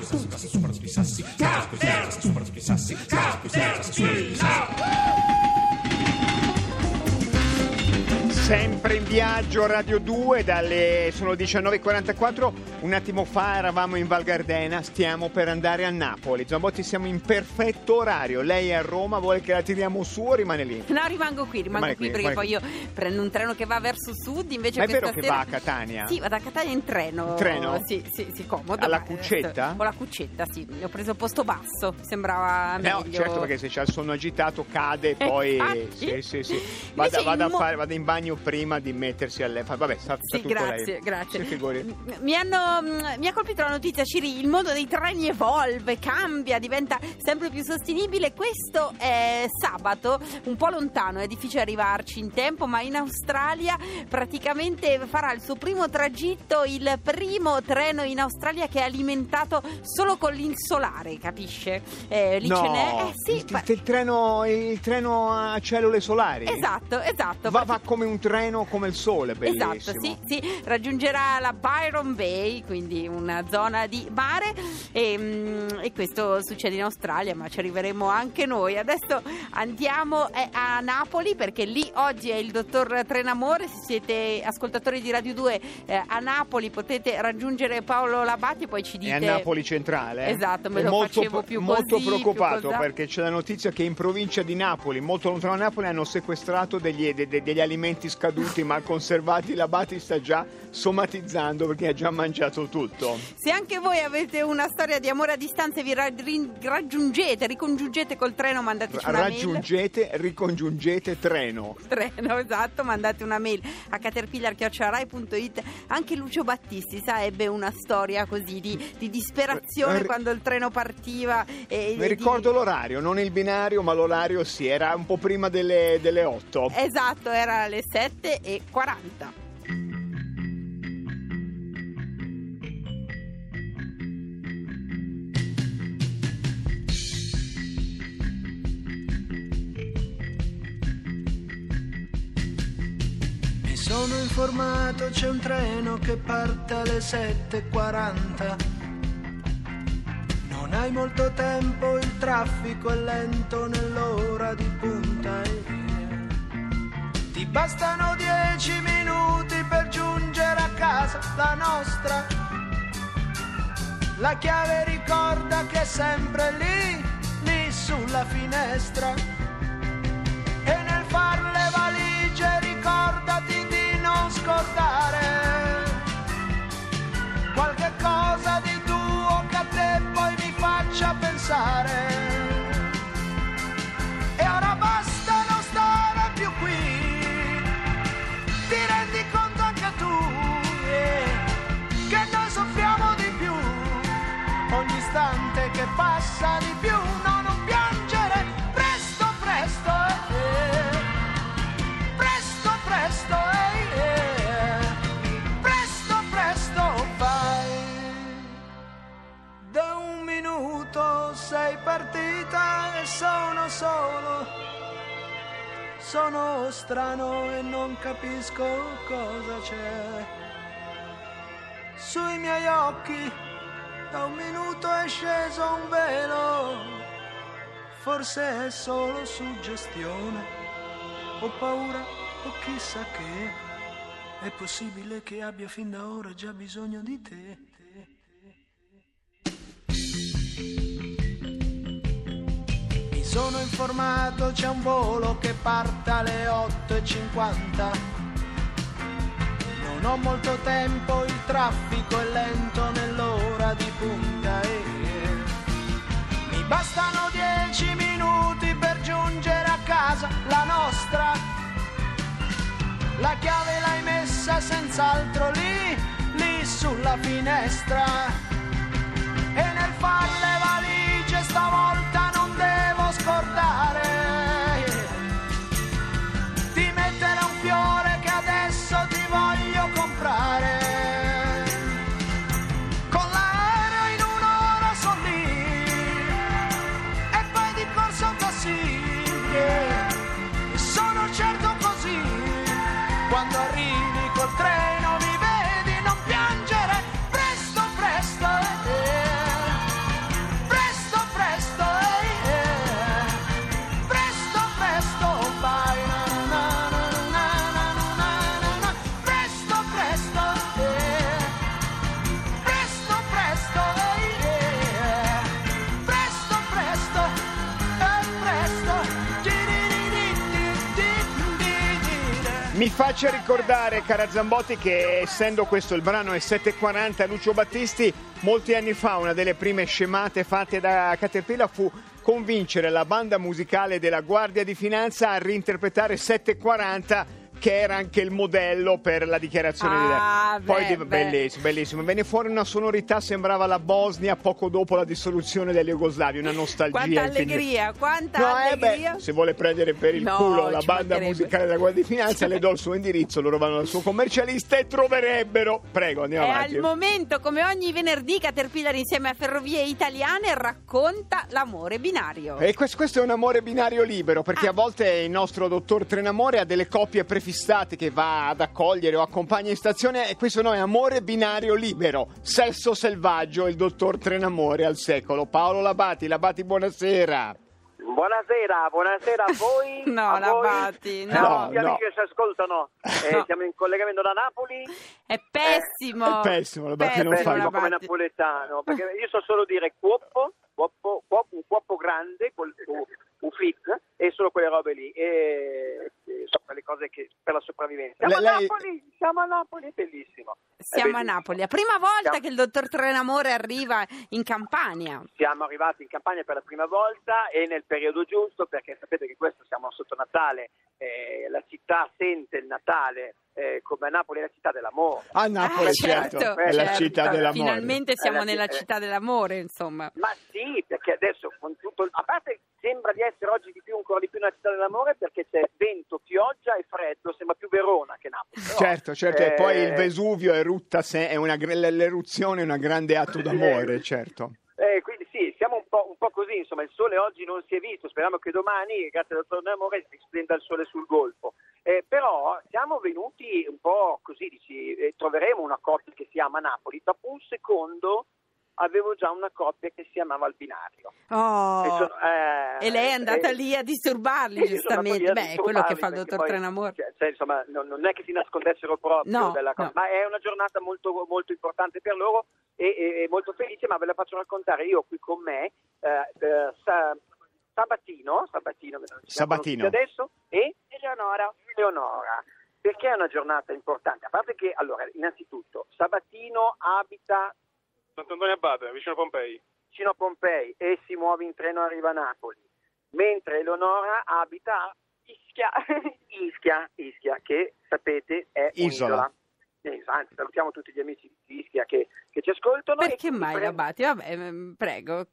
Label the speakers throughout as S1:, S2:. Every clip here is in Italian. S1: sassi, sopra tutti i sassi, sopra tutti i sassi, sopra tutti i sassi, sopra tutti i sassi.
S2: Sempre in viaggio Radio 2 dalle sono 19.44, un attimo fa eravamo in Val Gardena, stiamo per andare a Napoli. Zambotti siamo in perfetto orario, lei è a Roma, vuole che la tiriamo su o rimane lì?
S3: No, rimango qui, rimango
S2: Rimane
S3: qui,
S2: qui,
S3: perché poi
S2: rimane
S3: io prendo un treno che va verso sud, invece
S2: Ma è
S3: questa
S2: vero che
S3: sera-
S2: va a Catania?
S3: Sì, vado a Catania in treno.
S2: In treno?
S3: Sì, sì, sì, comodo.
S2: Alla
S3: ma-
S2: cuccetta?
S3: Ho la cuccetta, sì. Ho preso il posto basso, sembrava
S2: No,
S3: Ah, meglio.
S2: certo perché se c'è il sonno agitato cade
S3: Eh,
S2: poi
S3: infatti.
S2: sì, sì, sì. Vada,
S3: Invece
S2: vada, a
S3: in mo-
S2: fare- vada in bagno prima di mettersi alle fa- Vabbè, sta, sta
S3: Sì,
S2: tutto
S3: grazie,
S2: lei.
S3: grazie.
S2: Si figuri.
S3: M- Mi, hanno, mm, mi ha colpito la notizia, Ciri, il mondo dei treni evolve, cambia, diventa sempre più sostenibile. Questo è sabato, un po' lontano, è difficile arrivarci in tempo, ma in Australia praticamente farà il suo primo tragitto, il primo treno in Australia che è alimentato solo con il solare, capisce? Eh, lì ce n'è. Eh, sì,
S2: il,
S3: fa-
S2: il treno, il treno a cellule solari.
S3: esatto, esatto.
S2: Va, va come un treno, come il sole, bellissimo.
S3: Esatto, sì, sì, raggiungerà la Byron Bay, quindi una zona di mare e, mm, e questo succede in Australia, ma ci arriveremo anche noi. Adesso andiamo eh, a Napoli perché lì oggi è il dottor Trenamore, se siete ascoltatori di Radio 2 eh, a Napoli potete raggiungere Paolo Labati e poi ci
S2: È
S3: dite...
S2: a Napoli centrale. eh?
S3: Esatto, me
S2: È
S3: lo
S2: molto,
S3: facevo
S2: pre-
S3: più
S2: molto
S3: così,
S2: preoccupato
S3: più cosa-
S2: perché c'è la notizia che in provincia di Napoli, molto lontano da Napoli, hanno sequestrato degli, de- de- degli alimenti scaduti, mal conservati. La Bati sta già somatizzando perché ha già mangiato tutto.
S3: Se anche voi avete una storia di amore a distanza e vi ra- rin- raggiungete, ricongiungete col treno, mandateci una mail.
S2: Raggiungete, ricongiungete treno.
S3: treno, esatto, mandate una mail a caterpillar.rai.it anche Lucio Battisti, sa, ebbe una storia così di, di disperazione
S2: Eh,
S3: quando il treno partiva e,
S2: Mi
S3: e di-
S2: ricordo l'orario, non il binario, ma l'orario sì, era un po' prima delle, delle 8.
S3: Esatto, era alle 7.40
S4: Mi sono informato, c'è un treno che parte alle 7.40. Non hai molto tempo, il traffico è lento nell'ora di punta. e via. Ti bastano 10 minuti per giungere a casa, la nostra. La chiave ricorda che è sempre lì, lì sulla finestra e nel far le valigie ricordati di non scordare qualche cosa di tuo che a te poi mi faccia pensare. E ora basta non stare più qui, ti rendi conto anche tu eh, che noi soffriamo di più. Ogni istante che passa di più, no, non piangere, presto, presto, eh, presto, presto, eh, eh, presto, presto, vai. Da un minuto sei partita e sono solo. Sono strano e non capisco cosa c'è. Sui miei occhi da un minuto è sceso un velo. Forse è solo suggestione o paura o chissà che. È possibile che abbia fin da ora già bisogno di te. Mi sono informato, c'è un volo che parte alle 8.50. Non ho molto tempo, il traffico è lento nell'ora di punta e mi bastano 10 minuti per giungere a casa, la nostra. La chiave l'hai messa senz'altro lì, lì sulla finestra e nel far le valigie stavolta non devo scordare di mettere un fiore che adesso ti voglio comprare. Con l'aereo in un'ora sono lì e poi di corsa così. E sono certo così, quando arrivi col treno mi vedi non piangere, presto presto. eh. eh. eh.
S2: Mi faccia ricordare, cara Zambotti, che essendo questo il brano è 740 Lucio Battisti, molti anni fa una delle prime scemate fatte da Caterpillar fu convincere la banda musicale della Guardia di Finanza a reinterpretare 740 che era anche il modello per la dichiarazione di
S3: Ah,
S2: idee. Poi
S3: beh,
S2: di-
S3: beh.
S2: bellissimo, bellissimo. Venne fuori una sonorità, sembrava la Bosnia poco dopo la dissoluzione dell'Jugoslavia, una nostalgia.
S3: Quanta
S2: infinita.
S3: allegria, quanta
S2: No, eh
S3: allegria.
S2: beh, se vuole prendere per il
S3: No,
S2: culo la
S3: ci
S2: banda
S3: mancherebbe.
S2: musicale della Guardia di Finanza, le do il suo indirizzo, loro vanno dal suo commercialista e troverebbero. Prego,
S3: E
S2: andiamo avanti.
S3: al momento, come ogni venerdì, Caterpillar insieme a Ferrovie Italiane racconta l'amore binario.
S2: E questo, questo è un amore binario libero, perché
S3: Ah.
S2: a volte il nostro dottor Trenamore ha delle coppie prefissate che va ad accogliere o accompagna in stazione e questo no è amore binario libero, sesso selvaggio, il dottor Trenamore al secolo. Paolo Labati, Labati buonasera.
S5: Buonasera, buonasera a voi.
S3: No,
S5: a voi,
S3: Labati, no.
S5: a tutti gli
S2: No, no.
S5: amici che ci ascoltano. Eh,
S3: No.
S5: Siamo in collegamento da Napoli.
S3: È pessimo.
S2: È pessimo, la Batti non
S5: Beh,
S2: fa-
S5: sono
S3: la
S5: come
S3: Batti.
S5: napoletano, perché io so solo dire cuoppo, cuoppo, cuoppo un cuoppo grande, col, un, un fit, e solo quelle robe lì. E, e so quelle cose che, per la sopravvivenza. Siamo
S2: Le-
S5: a
S2: lei-
S5: Napoli, siamo a Napoli, è bellissimo. È
S3: Siamo a
S5: bellissimo.
S3: Napoli. La prima volta
S5: Siamo-
S3: che il dottor Trenamore arriva in Campania.
S5: Siamo arrivati in campagna per la prima volta e nel periodo giusto perché sapete che questo siamo sotto Natale, eh, la città sente il Natale eh, come a Napoli è la città dell'amore.
S2: A Napoli,
S3: Ah,
S2: certo,
S5: certo,
S2: è la
S5: certo.
S2: città dell'amore.
S3: Finalmente siamo
S5: Eh,
S3: nella
S5: eh.
S3: città dell'amore, insomma.
S5: Ma sì, perché adesso con tutto... il- A parte sembra di essere oggi di più, ancora di più una città dell'amore perché c'è vento, pioggia e freddo, sembra più Verona che Napoli. però,
S2: Certo, certo, e
S5: eh,
S2: poi il Vesuvio erutta se- è una, gr- l'eruzione è un grande atto d'amore, certo.
S5: Eh, quindi sì, siamo un po', un po' così, insomma il sole oggi non si è visto, speriamo che domani, grazie al dottor Amore, si splenda il sole sul golfo. Eh, però siamo venuti un po' così, dici, eh, troveremo una coppia che si ama Napoli, dopo un secondo avevo già una coppia che si amava al binario.
S3: Oh.
S5: E, sono- eh,
S3: e lei è andata
S5: eh,
S3: lì a disturbarli,
S5: sì, io sono andato lì
S3: giustamente.
S5: a
S3: Beh, è quello che fa il
S5: disturbarli,
S3: dottor
S5: perché poi,
S3: Trenamore.
S5: cioè, cioè, insomma, non, non è che si nascondessero proprio
S3: No,
S5: della cosa,
S3: no.
S5: ma è una giornata molto, molto importante per loro e, e- e molto felice, ma ve la faccio raccontare io qui con me eh, eh, sa- Sabatino, Sabatino, che non ci siamo
S2: Sabatino.
S5: conosciuti adesso, e Eleonora. Eleonora. Perché è una giornata importante? A parte che, allora, innanzitutto, Sabatino abita
S6: Sant'Antonio Abate, vicino a Pompei.
S5: vicino a Pompei e si muove in treno arriva a Napoli, mentre Eleonora abita a Ischia, Ischia, Ischia che sapete è
S2: Isola.
S5: un'isola. Eh, Anzi, salutiamo tutti gli amici di Ischia che, che ci ascoltano. e
S3: Perché
S5: quindi
S3: mai
S5: pre-
S3: Labati? Vabbè, mm, prego.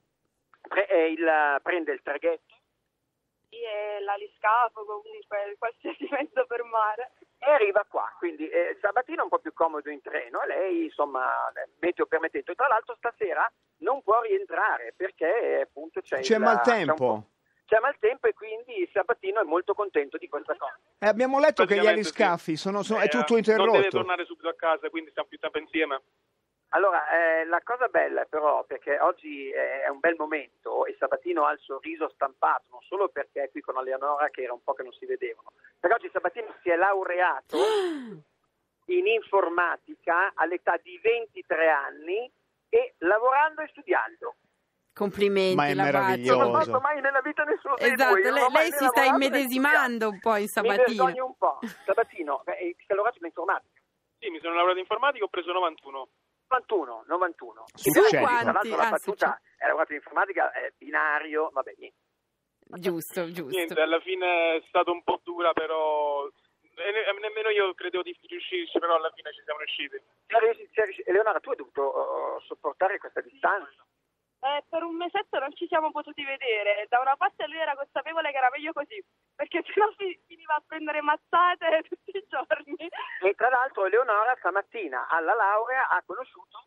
S5: pre- eh, il- prende il traghetto
S7: Sì, e l'aliscafo, comunque qualsiasi mezzo per mare.
S5: e arriva qua, quindi eh, sabatino è un po' più comodo in treno, lei insomma, eh, meteo permettendo, tra l'altro stasera non può rientrare perché eh, appunto c'è,
S2: C'è
S5: il- c'è un
S2: maltempo.
S5: po'- c'è maltempo e quindi Sabatino è molto contento di questa cosa.
S2: Eh, abbiamo letto che gli
S6: Praticamente
S2: aliscaffi
S6: sì.
S2: sono, sono-
S6: Eh,
S2: è tutto
S6: Non deve
S2: interrotto.
S6: tornare subito a casa, quindi stiamo più tempo insieme.
S5: Allora, eh, la cosa bella però, perché oggi eh, è un bel momento e Sabatino ha il sorriso stampato, non solo perché è qui con Eleonora che era un po' che non si vedevano, perché oggi Sabatino si è laureato in informatica all'età di 23 anni e lavorando e studiando.
S3: Complimenti,
S2: Ma è
S3: Labati.
S2: meraviglioso.
S5: Non ho fatto mai nella vita nessuno dei
S3: Esatto,
S5: due, io non
S3: lei-
S5: ho mai
S3: lei
S5: né
S3: si sta
S5: lavorato né
S3: immedesimando
S5: studiato.
S3: un po' in
S5: Mi
S3: Sabatino.
S5: vergogno un po'. Sabatino, eh, si è laureato in informatica.
S6: Sì, mi sono laureato in informatica, ho preso 91.
S5: 91, 91.
S2: Su
S5: Tra l'altro,
S2: quanti?
S5: Tra
S3: Ah,
S5: l'altro Cioè, la
S3: succede.
S5: battuta era guarda, in informatica, è binario, vabbè, niente.
S3: cioè, Giusto, giusto.
S6: Niente, alla fine è stata un po' dura, però... e ne- nemmeno io credevo di riuscirci, però alla fine ci siamo riusciti.
S5: Sei riusci- sei riusci- cioè, Eleonora, tu hai dovuto eh, sopportare questa distanza.
S7: Eh, per un mesetto non ci siamo potuti vedere. Da una parte lui era consapevole che era meglio così, perché sennò fi- finiva a prendere mazzate tutti i giorni.
S5: E tra l'altro Eleonora stamattina alla laurea ha conosciuto...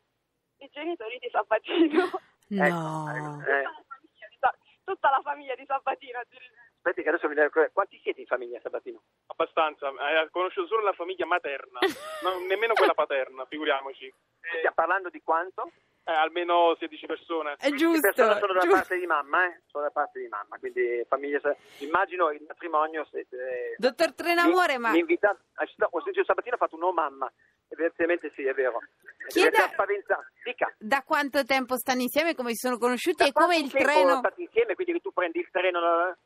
S7: I genitori di Sabatino.
S3: No.
S5: Eh.
S7: Tutta la famiglia di Sa- Tutta la famiglia di Sabatino addirittura.
S5: Aspetti che adesso mi devo... Quanti siete in famiglia, Sabatino?
S6: Abbastanza. Eh, ho conosciuto solo la famiglia materna, no, nemmeno quella paterna, figuriamoci. Eh,
S5: Stiamo parlando di quanto?
S6: eh, almeno 16 persone.
S3: È
S5: Le
S3: giusto.
S5: persone sono da
S3: giusto.
S5: parte di mamma, eh? Sono da parte di mamma, quindi famiglia... Immagino il matrimonio... Se, eh,
S3: Dottor Trenamore,
S5: mi-
S3: ma
S5: Mi invita... ah, sì, no, Ho sentito Sabatino ha fatto un no mamma. Evidentemente sì, è vero.
S3: Chi è
S5: Deve
S3: da-
S5: essere spaventata. Dica.
S3: da quanto tempo stanno insieme? Come si sono conosciuti? E
S5: Da
S3: Cioè, come il
S5: quanto tempo
S3: treno?
S5: state insieme, quindi tu prendi il treno...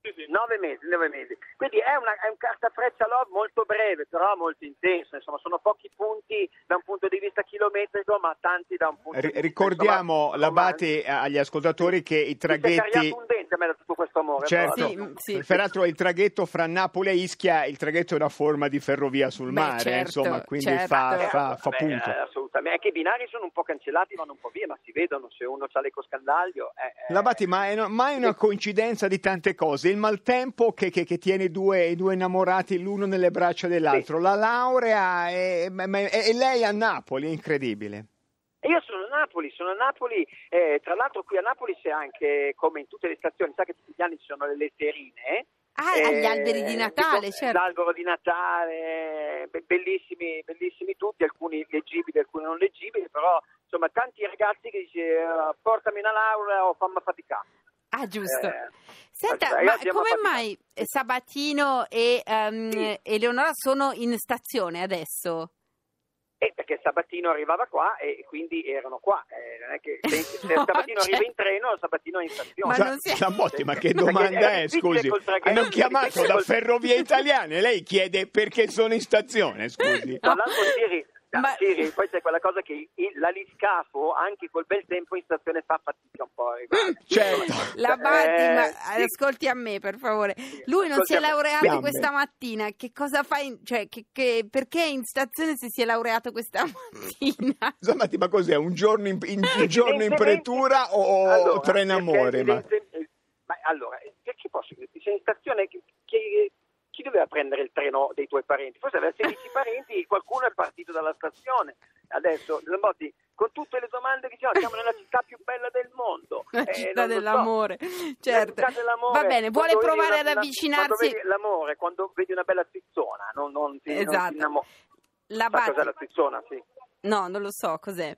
S6: Sì, sì.
S5: Nove mesi, nove mesi. Quindi è, una, è un cartafreccia love molto breve, però molto intenso. Insomma, sono pochi punti da un punto di vista chilometrico, ma tanti da un punto di
S2: Ri-
S5: vista.
S2: ricordiamo,
S5: insomma, eh.
S2: l'abate agli ascoltatori che i
S5: Mi sei
S2: traghetti...
S5: tagliato un dente a me da tutto questo amore.
S2: Certo,
S5: però,
S3: Sì, mm,
S5: no.
S3: sì.
S2: peraltro il traghetto fra Napoli e Ischia, il traghetto è una forma di ferrovia sul
S3: Beh,
S2: mare, eh,
S3: certo,
S2: insomma, quindi
S3: certo.
S2: fa,
S5: Eh,
S2: fa- fa
S5: vabbè,
S2: punto.
S5: eh, assolutamente. Anche i binari sono un po' cancellati, vanno un po' via, ma si vedono se uno ha l'ecoscandaglio. Eh, eh.
S2: Labati, ma è no- mai una coincidenza di tante cose. Il maltempo che, che- che tiene i due, i due innamorati l'uno nelle braccia dell'altro, la laurea e, ma- ma- e- e lei a Napoli, è incredibile.
S5: E Io sono a Napoli, sono a Napoli, eh, tra l'altro qui a Napoli c'è anche, come in tutte le stazioni, sa che tutti gli anni ci sono le letterine.
S3: Ah,
S5: eh,
S3: agli alberi di Natale,
S5: tipo,
S3: certo.
S5: L'albero di Natale, be- bellissimi, bellissimi tutti, alcuni leggibili, alcuni non leggibili, però insomma tanti ragazzi che dice eh, portami una laurea o fammi faticare.
S3: Ah, giusto.
S5: Eh,
S3: Senta,
S5: ragazzi,
S3: ma
S5: abbiamo
S3: come
S5: fatto-
S3: mai eh, Sabatino e ehm,
S5: Sì.
S3: Eleonora sono in stazione adesso?
S5: Eh, perché Sabatino arrivava qua e quindi erano qua. Eh, non è che se, se
S3: No,
S5: Sabatino
S3: cioè-
S5: arriva in treno, Sabatino è in stazione.
S3: Ma
S2: Cioè,
S3: non si-
S2: la Botti, ma che
S5: Perché
S2: domanda
S5: era
S2: è,
S5: difficile
S2: scusi?
S5: col traghetto,
S2: Hanno chiamato
S5: difficile
S2: da
S5: col-
S2: Ferrovie Italiane, lei chiede perché sono in stazione, scusi.
S5: Tra l'altro, Siri, no,
S3: Ma-
S5: Siri, poi c'è quella cosa che il- l'aliscafo, anche col bel tempo in stazione, fa fatica un po'. guarda.
S2: Certo.
S3: La Badi,
S5: Eh,
S3: ma
S5: sì.
S3: ascolti a me per favore. Lui non
S5: ascolti
S3: si
S5: a
S3: è
S5: me.
S3: laureato
S2: Gambe.
S3: questa mattina. Che cosa fa? in- cioè, che- che- perché è in stazione se si è laureato questa mattina?
S2: Insomma, ti- ma cos'è? Un giorno in, in- un giorno in
S5: Evidentemente-
S2: pretura o, o
S5: Allora,
S2: tre in
S5: perché
S2: amore? Ma...
S5: evidente- ma allora, eh, perché posso dirti? Sei in stazione, chi, chi- chi doveva prendere il treno dei tuoi parenti? Forse aveva 16 parenti, qualcuno è partito dalla stazione. Adesso, Zambotti, con tutte le domande che ci sono, siamo nella città più bella del mondo.
S3: La
S5: Eh,
S3: città
S5: non lo so.
S3: dell'amore, certo.
S5: La città dell'amore,
S3: Va bene, vuole
S5: Cioè, quando vedi
S3: provare
S5: una-
S3: ad
S5: una-
S3: avvicinarsi.
S5: quando vedi l'amore, quando vedi una bella zizzona, non, non ti, non ti
S3: Esatto.
S5: innamori.
S3: La
S5: Sai cos'è
S3: Badi,
S5: la zizzona, sì.
S3: no, non lo so cos'è.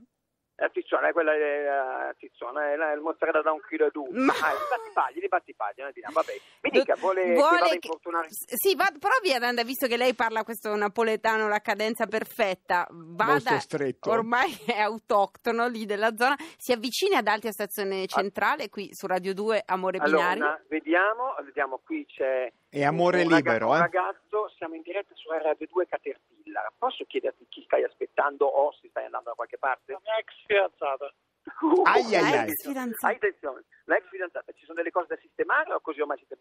S5: La tizzona è quella eh, la tizzona, è la- il mozzarella da un chilo e due.
S3: Ma-
S5: Ah, li batti pagli, li batti pagli, una di là, vabbè. Mi dica,
S3: Do-
S5: vuole, che vada a infortunare?
S3: s- Sì, va, provi ad andare, visto che lei parla questo napoletano, la cadenza perfetta, vada,
S2: Molto stretto.
S3: ormai è autoctono lì della zona, si avvicina ad Altia Stazione Centrale, qui su Radio 2, Amore
S5: Allora,
S3: Binario.
S5: una- vediamo, vediamo, qui c'è...
S2: È amore
S5: un
S2: libero,
S5: raga- un
S2: eh.
S5: ragazzo, siamo in diretta su RAD2 Caterpillar. Posso chiederti chi stai aspettando o se stai andando da qualche parte? Uh,
S6: La mia ex fidanzata.
S2: Ai, ai,
S3: La
S2: ai.
S3: ex fidanzata.
S5: Attenzione, la ex fidanzata, ci sono delle cose da sistemare o così ormai siete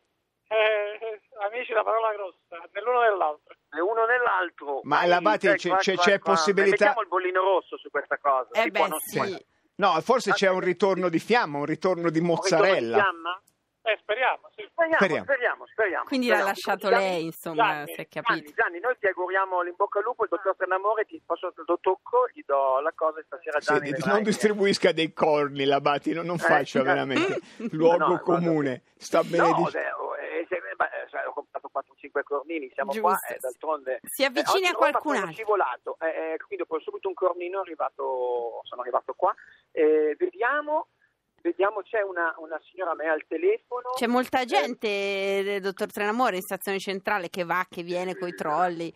S6: Eh, eh, amici, la parola grossa, nell'uno e nell'altro.
S5: né uno nell'altro?
S2: Ma
S5: Vai,
S2: Labate,
S5: cioè,
S2: c'è-
S5: qua,
S2: c'è-
S5: qua,
S2: c'è
S5: qua.
S2: possibilità-
S5: Mettiamo il bollino rosso su questa cosa.
S3: Eh
S5: si
S3: beh,
S5: può, non si
S3: sì.
S5: può.
S2: No, forse c'è un ritorno di fiamma, un ritorno di
S5: Un ritorno di
S2: mozzarella.
S5: fiamma?
S6: Eh, speriamo, sì.
S5: Speriamo,
S2: Speriamo.
S5: speriamo, speriamo.
S3: Quindi
S5: speriamo.
S3: l'ha lasciato
S5: Gianni,
S3: lei, insomma,
S5: Gianni,
S3: si è capito.
S5: Gianni, Gianni, noi ti auguriamo l'imbocca al lupo, il dottor Ternamore, ti posso, lo tocco, gli do la cosa e stasera
S2: Sì,
S5: Gianni vedrai
S2: non
S5: che-
S2: distribuisca dei corni, Labati, non, non
S5: Eh,
S2: faccia
S5: eh.
S2: veramente luogo
S5: No, guarda,
S2: comune. Sta
S5: No,
S2: benedicendo.
S5: eh, oh, eh, se- eh, ma, eh, sai, ho comprato 4-5 cornini, siamo
S3: Giusto.
S5: qua, eh, d'altronde...
S3: Si avvicina
S5: eh, oggi
S3: a qualcun
S5: ho fatto uno
S3: altro.
S5: scivolato, eh, eh, quindi ho preso subito un cornino, è arrivato, sono arrivato qua. Eh, vediamo, vediamo, c'è una, una signora a me al telefono.
S3: C'è molta gente, eh, dottor Trenamore, in stazione centrale che va, che viene coi trolli.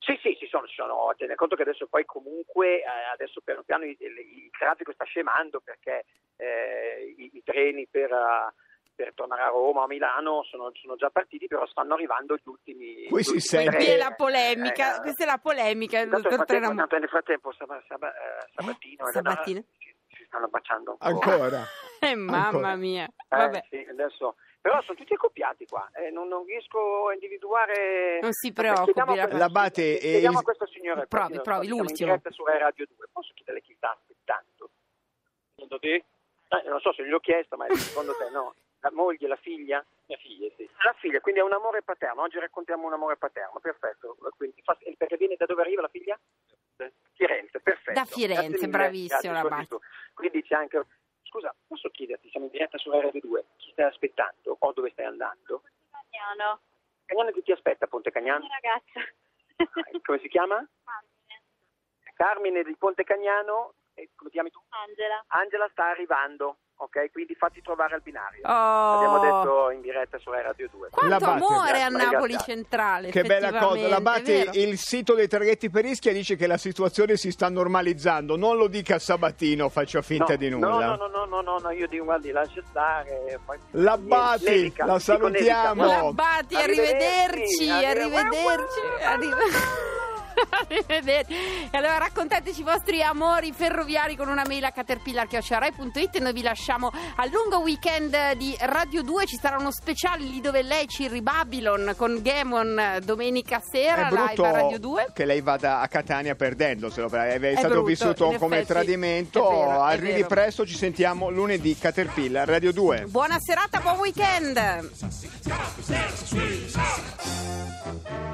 S5: Sì, sì, ci sono, ci sono. Tenete conto che adesso poi comunque, eh, adesso piano piano il, il- il traffico sta scemando perché eh, i, i treni per, eh, per tornare a Roma o a Milano sono, sono già partiti, però stanno arrivando gli ultimi.
S2: Qui
S5: gli
S2: si
S5: ultimi
S2: sente-
S5: treni.
S3: Qui è la polemica,
S5: Eh,
S3: questa è la polemica, il
S5: tanto nel
S3: dottor
S5: frattempo-
S3: Trenamore.
S5: tanto nel frattempo Sab- Sab- eh, Sabatino e Leonora
S3: Sabatino.
S5: si, si stanno baciando
S2: Ancora.
S3: Eh, mamma
S2: Ancora.
S3: mia,
S5: Eh,
S3: vabbè.
S5: sì, adesso- Però sono tutti accoppiati qua, eh, non, non riesco a individuare...
S3: Non si
S5: Vabbè,
S3: preoccupi,
S5: chiediamo a
S3: Labate.
S5: questa-
S2: Labate, eh,
S5: chiediamo
S2: il-
S5: a questo signore...
S3: Provi,
S5: perché
S3: provi,
S5: siamo in
S3: l'ultimo.
S5: diretta su Rai Radio 2, posso chiedere chi sta aspettando?
S6: Secondo te?
S5: Eh, non so se gliel'ho chiesto, ma secondo te no? La moglie, la figlia?
S6: Mia figlia, sì.
S5: La figlia, quindi è un amore paterno, oggi raccontiamo un amore paterno, perfetto. Quindi, fa- e perché viene da dove arriva la figlia? Firenze, perfetto.
S3: Da Firenze,
S5: Grazie mille,
S3: bravissimo,
S5: grazie,
S3: Labate.
S5: così tu. Quindi c'è anche... Scusa, posso chiederti, siamo in diretta su RD2, chi stai aspettando o dove stai andando?
S7: Italiano,
S5: Cagnano chi ti aspetta a Ponte Cagnano?
S7: ragazza.
S5: Eh, Come si chiama? Carmine di Ponte Cagnano, e come ti chiami tu?
S7: Angela.
S5: Angela sta arrivando. ok? Quindi fatti trovare al binario.
S3: Oh.
S5: Abbiamo detto in diretta su Rai Radio 2.
S3: Quanto
S2: L'abate.
S3: amore a
S5: Grazie,
S3: Napoli
S5: ragazzi. ah,
S3: centrale.
S2: Che bella cosa,
S3: effettivamente,
S2: l'abate,
S3: vero?
S2: il sito dei traghetti per Ischia dice che la situazione si sta normalizzando, non lo dica a Sabatino, faccio finta
S5: No,
S2: di
S5: no,
S2: nulla.
S5: No, no, no, no, no, no, io dico guardi, lascia stare. poi-
S2: L'abbati,
S5: Levica,
S2: la
S5: dico,
S2: salutiamo.
S5: Levica, no.
S3: L'abate, arrivederci,
S5: Arrivederci,
S3: arrivederci.
S5: arrive-
S3: arrive- Arrivederci. E allora raccontateci i vostri amori ferroviari con una mail a caterpillar.it e noi vi lasciamo al lungo weekend di Radio 2. Ci sarà uno speciale lì dove lei ci ribabilon con Gamon eh, domenica
S2: È
S3: sera live a Radio
S2: brutto
S3: 2.
S2: che lei vada a Catania perdendoselo, perché è, stato
S3: brutto,
S2: vissuto
S3: in
S2: come
S3: effetti.
S2: tradimento.
S3: È vero, è
S2: Arrivi
S3: vero.
S2: presto, ci sentiamo lunedì, Caterpillar, Radio 2.
S3: Buona serata, buon weekend.
S1: Sassy, scarpe, senza, sui, sassi.